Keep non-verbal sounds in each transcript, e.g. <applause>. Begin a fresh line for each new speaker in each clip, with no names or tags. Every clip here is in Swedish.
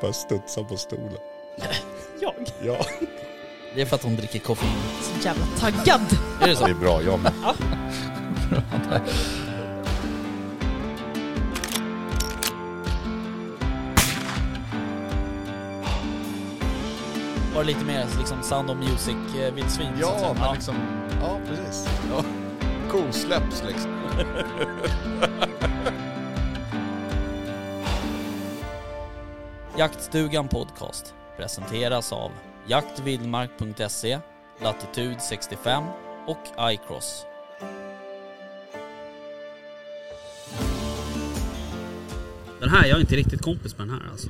Bara studsar på stolen.
Jag?
Ja.
Det är för att hon dricker koffein.
Så jävla taggad.
Är det så?
Det är bra, jag med.
Var det lite mer liksom Sound of Music-vildsvin?
Ja, men liksom... Ja, precis. Ja. Kosläpps liksom.
Jaktstugan Podcast presenteras av jaktvildmark.se, Latitude 65 och iCross. Den här, jag är inte riktigt kompis med den här alltså.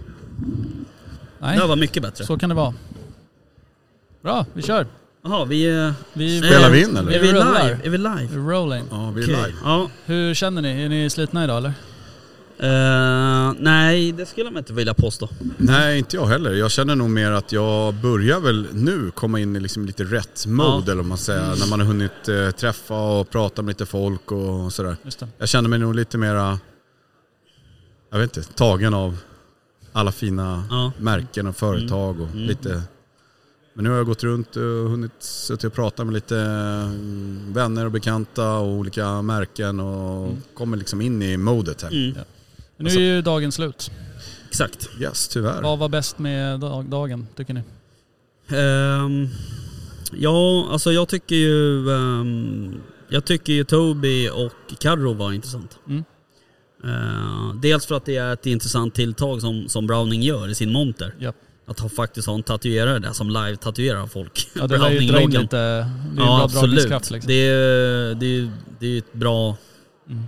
Nej,
var mycket bättre.
så kan det vara. Bra, vi kör.
Jaha, vi... eh,
Vi
Spelar vi in, eller?
Är vi
Rullar.
live? Är vi live?
rolling.
Ja, vi är
Okej.
live.
Ja.
Hur känner ni? Är ni slitna idag eller?
Eh, nej, det skulle man inte vilja påstå.
Nej, inte jag heller. Jag känner nog mer att jag börjar väl nu komma in i liksom lite rätt mode,
Ja.
eller vad man säger. När man har hunnit eh, träffa och prata med lite folk och sådär.
Just det.
Jag känner mig nog lite mera, jag vet inte, tagen av alla fina
Ja. Mm.
märken och företag och lite. Men nu har jag gått runt och hunnit sitta och prata med lite mm, vänner och bekanta och olika märken och kommer liksom in i modet här.
Mm.
Men nu är ju dagen slut.
Exakt.
Yes, tyvärr.
Vad var bäst med dag- dagen tycker ni?
Ehm, ja, alltså jag tycker ju... ehm, jag tycker ju Toby och Carro var intressant.
Mm.
Ehm, dels för att det är ett intressant tilltag som, som Browning gör i sin monter.
Japp.
Att ha faktiskt ha en tatuerare där som live-tatuerar folk.
Ja, det har ju dra in
Browning-loggan.
lite... Det är ju
Ja,
bra dragningskraft
absolut.
liksom.
Det är det är, det är ett bra
Mm.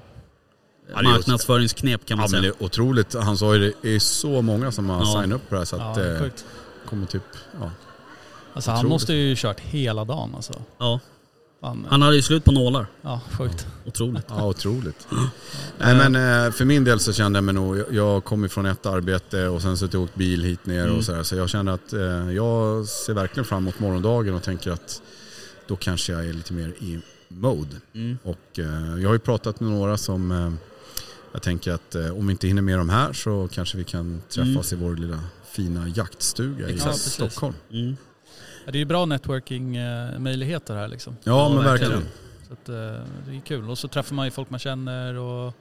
Ja, det är just-
marknadsföringsknep kan man
Ja men det
säga.
är otroligt. Han sa ju det, det är så många som har
Ja.
signat upp på det här så att
ja,
eh,
sjukt.
kommer typ, ja.
Alltså han
otroligt.
måste ju kört hela dagen alltså.
Ja,
Fan.
han hade ju slut på nålar.
Ja, sjukt.
Otroligt.
Ja, otroligt. Nej, men eh, för min del så kände jag mig nog, jag- jag kom ju från ett arbete och sen så tog jag åkt bil hit ner och sådär. Så jag kände att eh, jag ser verkligen fram emot morgondagen och tänker att då kanske jag är lite mer i mode.
Mm.
Och eh, jag har ju pratat med några som eh, jag tänker att eh, om vi inte hinner med dem här så kanske vi kan träffas i vår lilla fina jaktstuga
Exakt. Ja,
i
precis.
Stockholm.
Mm.
Ja, Det är ju bra networking-möjligheter här liksom.
Ja, men verkligen.
Så att, eh, det är kul. Och så träffar man ju folk man känner och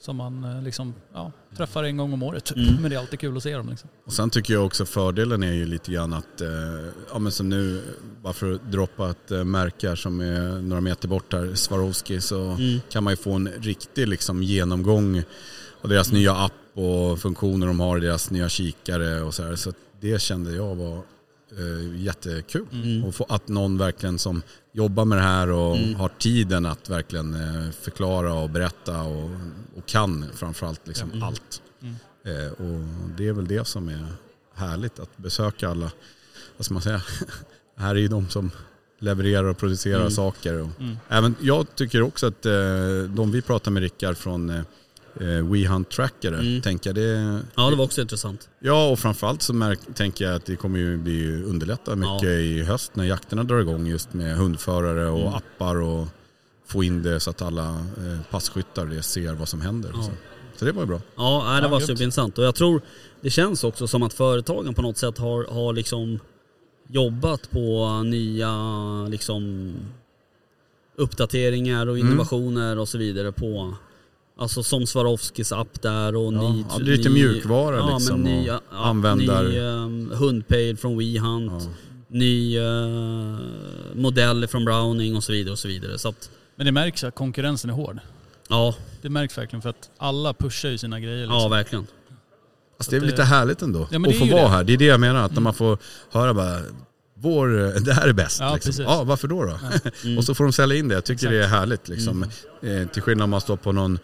som man eh, liksom, ja, träffar en gång om året. typ.
Mm.
Men det är alltid kul att se dem liksom.
Och sen tycker jag också fördelen är ju lite grann att, eh, ja men som nu, bara för att droppa ett eh, märke här som är några meter bort här, Swarovski, så
Mm.
kan man ju få en riktig liksom genomgång av deras nya app och funktioner de har, deras nya kikare och så här. Så att det kände jag var eh, jättekul.
Mm.
Och få, att någon verkligen som jobbar med det här och har tiden att verkligen eh, förklara och berätta och, och kan framförallt liksom
Mm.
allt. Eh, och det är väl det som är härligt att besöka alla, vad ska man säga, <laughs> här är ju de som levererar och producerar
Mm.
saker. Och även, jag tycker också att eh, de vi pratar med Rickard från eh, eh, We Hunt Tracker, tänker jag, det,
Mm. Ja, det var också intressant.
Ja, och framförallt så märk, tänker jag att det kommer ju bli underlätta mycket
Ja.
i höst när jakterna drar igång just med hundförare och appar och få in det så att alla eh, passkyttar och det ser vad som händer. och Så. så det var ju bra.
Ja, nej, det
Ja,
var
grymt.
superintressant. Och jag tror det känns också som att företagen på något sätt har, har liksom jobbat på nya liksom, uppdateringar och
Mm.
innovationer och så vidare på Alltså som Swarovskis app där och
Ja,
ny...
ja, det är lite mjukvara
ja,
liksom
Men
och
ny, app,
användar-
ny um, hundpejl från WeHunt,
Ja.
ny eh, modell från Browning och så vidare och så vidare. Så att,
Men det märks att konkurrensen är hård.
ja,
Det märks verkligen för att alla pushar ju sina grejer. Liksom.
ja verkligen.
Alltså det
Så
är väl
det-
lite härligt ändå
Ja, men
att
det är
få
ju
vara
det. Mm.
här. Det är det jag menar, att när man får höra bara vår, det här är bäst.
Ja,
liksom.
precis. Mm.
ja varför då? då? <laughs> och så får de sälja in det. Jag tycker det är härligt. Liksom. Eh, till skillnad om man står på någon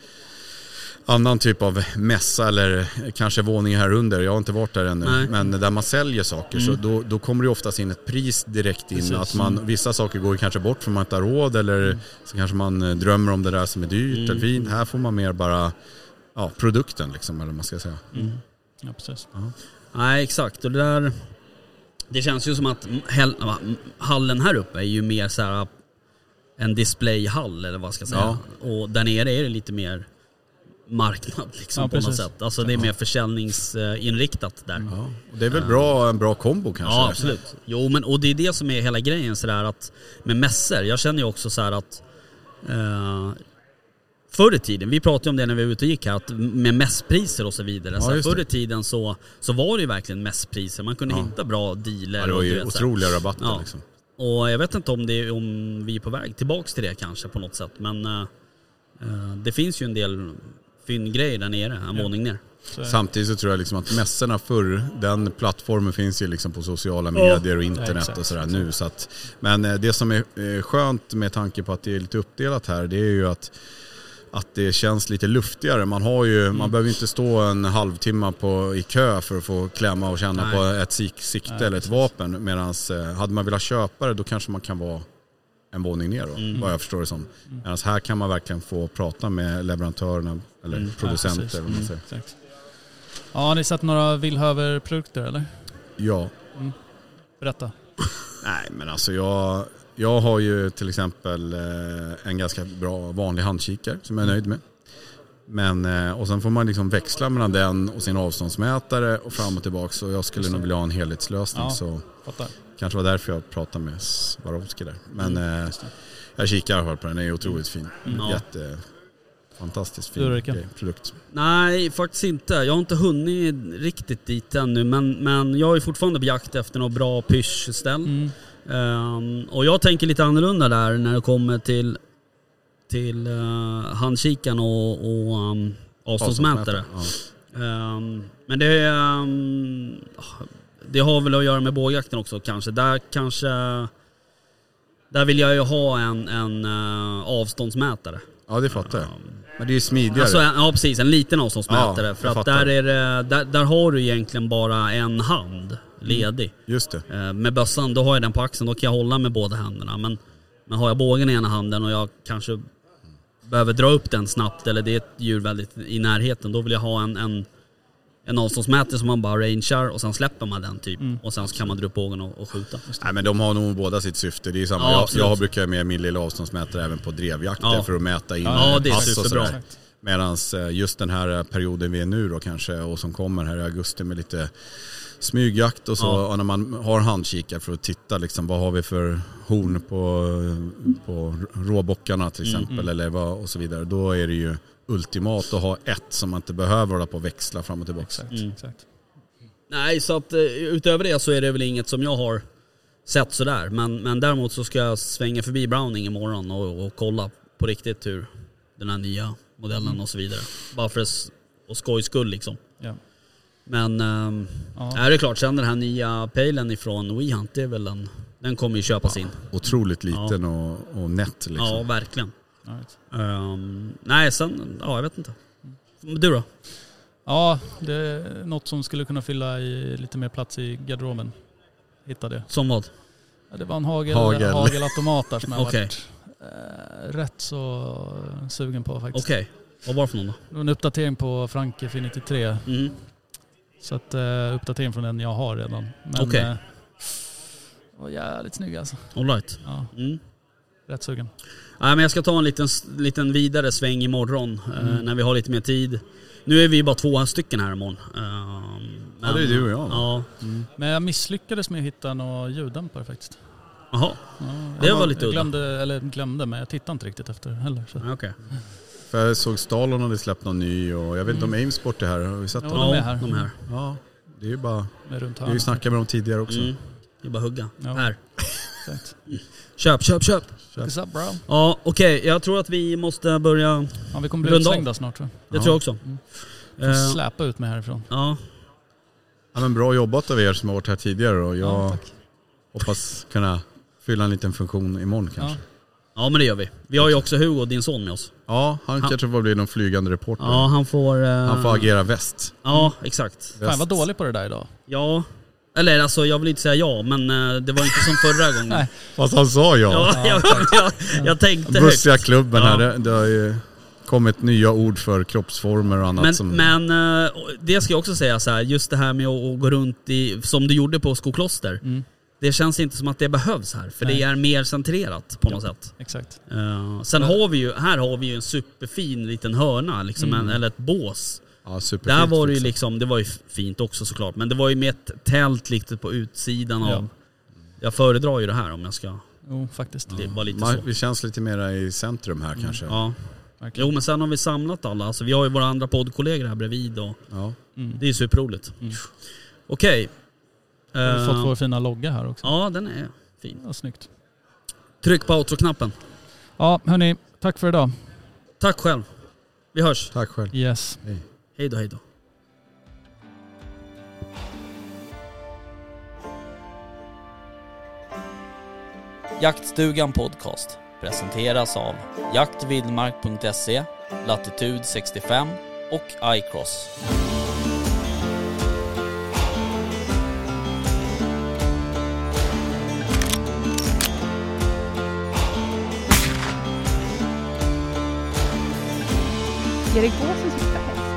annan typ av mässa eller kanske våning här under. Jag har inte varit där ännu.
Nej.
Men där man säljer saker så då, då kommer det oftast in ett pris direkt in.
Mm. Precis. Mm.
Att man, vissa saker går ju kanske bort för man inte har råd eller så kanske man eh, drömmer om det där som är dyrt
Mm.
eller fint. Här får man mer bara ja, produkten liksom, eller vad man ska säga.
Ja, precis.
Nej, exakt. Och det där... Det känns ju som att häl- hallen här uppe är ju mer så här en displayhall eller vad ska jag säga. Och där nere är det lite mer marknad liksom,
Ja,
på något
precis.
sätt. Alltså det är mer försäljningsinriktat där.
Ja, och det är väl bra, en bra kombo kanske?
Ja, absolut. Jo, men och det är det som är hela grejen sådär att med mässor. Jag känner ju också så här att eh, förr i tiden, vi pratade om det när vi var ute och gick här, att med mässpriser och så vidare.
Ja,
så här,
just det.
förr i tiden så, så var det ju verkligen mässpriser. Man kunde
Ja.
hitta bra dealer.
Ja, det var
och du
ju
vet så här.
otroliga rabatter
Ja.
liksom.
Och jag vet inte om, det är, om vi är på väg tillbaks till det kanske på något sätt. Men eh, eh, det finns ju en del fyndgrejer där nere, en våning ner.
Så,
Samtidigt så tror jag liksom att mässorna förr, den plattformen finns ju liksom på sociala medier och
Ja,
internet
exakt,
och sådär nu. Så att, men eh, det som är eh, skönt med tanke på att det är lite uppdelat här, det är ju att att det känns lite luftigare. Man, har ju,
Mm.
man behöver ju inte stå en halvtimme på, i kö för att få klämma och känna
Nej.
på ett sik- sikte eller ett vapen. Medan hade man velat köpa det då kanske man kan vara en våning ner då,
Mm.
vad jag förstår det som. Medan här kan man verkligen få prata med leverantörerna eller producenter.
Mm. precis.
eller vad man säger.
exakt. Ja, har ni sett några Willhöver-produkter eller?
Ja,
Berätta.
Nej, men alltså jag, jag har ju till exempel eh, en ganska bra vanlig handkikare som jag är nöjd med. Men, eh, och sen får man liksom växla mellan den och sin avståndsmätare och fram och tillbaka. Så jag skulle nog vilja ha en helhetslösning.
Ja.
Så
Fattar.
kanske var därför jag pratade med Swarovski där. Men eh,
Just det.
jag kikar i alla fall på den, den är otroligt fin.
Mm. Ja.
Jätte, fantastiskt
Du,
fin
Ulrika?
grej, produkt.
Nej, faktiskt inte. Jag har inte hunnit riktigt dit ännu men, men jag är fortfarande på jakt efter något bra pyschställ.
Mm.
Ehm, och jag tänker lite annorlunda där när det kommer till, till uh, handkikaren och, och ehm, avståndsmätare.
Ja.
Ehm, men det, ehm, det har väl att göra med bågjakten också kanske. Där kanske... Där vill jag ju ha en, en eh, avståndsmätare.
ja, det fattar jag.
Ehm,
Men det är ju smidigare.
Alltså, en- ja precis, en liten avståndsmätare.
Ja,
för
jag
att
fattar.
där, är det, där, där har du egentligen bara en hand ledig.
Just det.
Eh, Med bössan, då har jag den på axeln, då kan jag hålla med båda händerna. Men, men har jag bågen i ena handen och jag kanske behöver dra upp den snabbt eller det är ett djur väldigt i närheten, då vill jag ha en, en, en avståndsmätare som man bara rangear och sen släpper man den typ.
Mm.
Och sen så kan man dra upp bågen och, och skjuta.
Nej men de har nog båda sitt syfte. Det är samma.
Ja,
jag,
absolut.
jag brukar med min lilla avståndsmätare även på drevjakter
Ja.
för att mäta in
Ja,
eh,
det är
pass och
superbra.
sådär. Medan just den här eh, perioden vi är nu då kanske och som kommer här i augusti med lite smygjakt och så.
Ja.
Och när man har handkikare för att titta liksom, vad har vi för horn på, eh, på råbockarna
Mm,
till exempel eller vad, och så vidare. Då är det ju ultimat att ha ett som man inte behöver hålla på och växla fram och tillbaka.
Exakt. exakt.
Nej, så att eh, utöver det så är det väl inget som jag har sett sådär. Men, men däremot så ska jag svänga förbi Browning imorgon och, och kolla på riktigt hur den här nya modellen och så vidare. Bara för s- och skojs skull liksom.
Mm. Ja.
Men ehm,
Ja.
är det är klart, sen den här nya pejlen ifrån WeHunt, det är väl en, den kommer ju köpas in.
Otroligt liten och, och nätt liksom.
Ja, verkligen.
Right.
Ehm, nej, sen, ja jag vet inte. Men Du då?
ja, det är något som skulle kunna fylla i lite mer plats i garderoben. Hittade jag.
Som vad?
Ja, Det var en hagel,
Hagel.
hagelautomat där som jag
Okej.
varit eh, rätt så sugen på faktiskt.
Okej, vad var det för någon då?
Det var en uppdatering på Frank Infinity 3.
Mm.
Så att eh, uppdatering från den jag har redan. Men
Okej.
eh, var jävligt snygg alltså.
All right.
Ja,
Mm.
rätt sugen.
Nej, men jag ska ta en liten, liten vidare sväng imorgon eh, när vi har lite mer tid. Nu är vi bara två stycken här imorgon. Eh, men,
Ja, det är du och jag.
Ja,
Men jag misslyckades med att hitta några ljuddämpare faktiskt.
jaha.
Ja,
Det
jag
var lite
jag
udda.
glömde, eller glömde, men jag tittade inte riktigt efter heller. Så.
Ja, Okej.
För jag såg Stalon hade släppt någon ny och jag vet inte om Aimsport är här. Har vi sett
Ja,
dem?
de är
Mm. Ja,
här.
de är här.
Ja, det är ju bara...
Med runt
Det är ju snackat med dem tidigare också.
Mm. Det är bara att hugga.
Ja.
Här.
Exakt.
Köp, köp, köp.
What's up, bro?
Ja, okej. Jag tror att vi måste börja. Det
Ja, vi kommer bli
Runda av.
utslängda snart tror jag.
tror jag också.
Mm. Får
Eh,
släpa ut mig härifrån.
ja.
Ja, men bra jobbat av er som har varit här tidigare och jag
Ja, tack.
hoppas kunna fylla en liten funktion imorgon kanske.
ja, men det gör vi. Vi har ju också Hugo, din son, med oss.
Ja, han kanske får bli någon flygande reporter.
Ja, han får... eh,
Han får agera väst.
Ja, exakt.
Fan, jag var dålig på det där idag.
Ja. Eller alltså, jag vill inte säga ja, men eh, det var inte som förra gången.
<laughs> Nej.
Fast han sa ja.
Ja, <laughs> jag, jag, jag tänkte högt.
Bussiga klubben
Ja.
här, det, det har ju kommit nya ord för kroppsformer och annat
Men,
som...
men eh, det ska jag också säga så här, just det här med att, att gå runt i, som du gjorde på Skokloster. det känns inte som att det behövs här, för
Mm. Nej.
det är mer centrerat på något sätt.
Exakt.
Eh, sen
Ja.
har vi ju, här har vi ju en superfin liten hörna, liksom
Mm.
en, eller ett bås.
Ja, superfint.
Där var det ju
fixat.
liksom, det var ju fint också såklart, men det var ju med ett tält lite på utsidan
Ja.
av... Jag föredrar ju det här om jag ska
Jo, faktiskt.
det liksom, var lite
Man,
så. Mm.
vi känns lite mera i centrum här kanske.
Ja.
Verkligen.
Jo men sen har vi samlat alla, alltså, vi har ju våra andra poddkollegor här bredvid och
Ja.
Mm.
det är ju superroligt. Okej.
Vi har fått
Eh,
vår fina logga här också.
Ja den är fin.
Ja, snyggt.
Tryck på outro-knappen.
Ja, hörni. Tack för idag.
Tack själv. Vi hörs.
Tack själv.
Yes.
Hej.
Hej då, hej då.
Jaktstugan Podcast presenteras av jaktvildmark.se, Latitude 65 och iCross.
Är det gåsen som ska hem?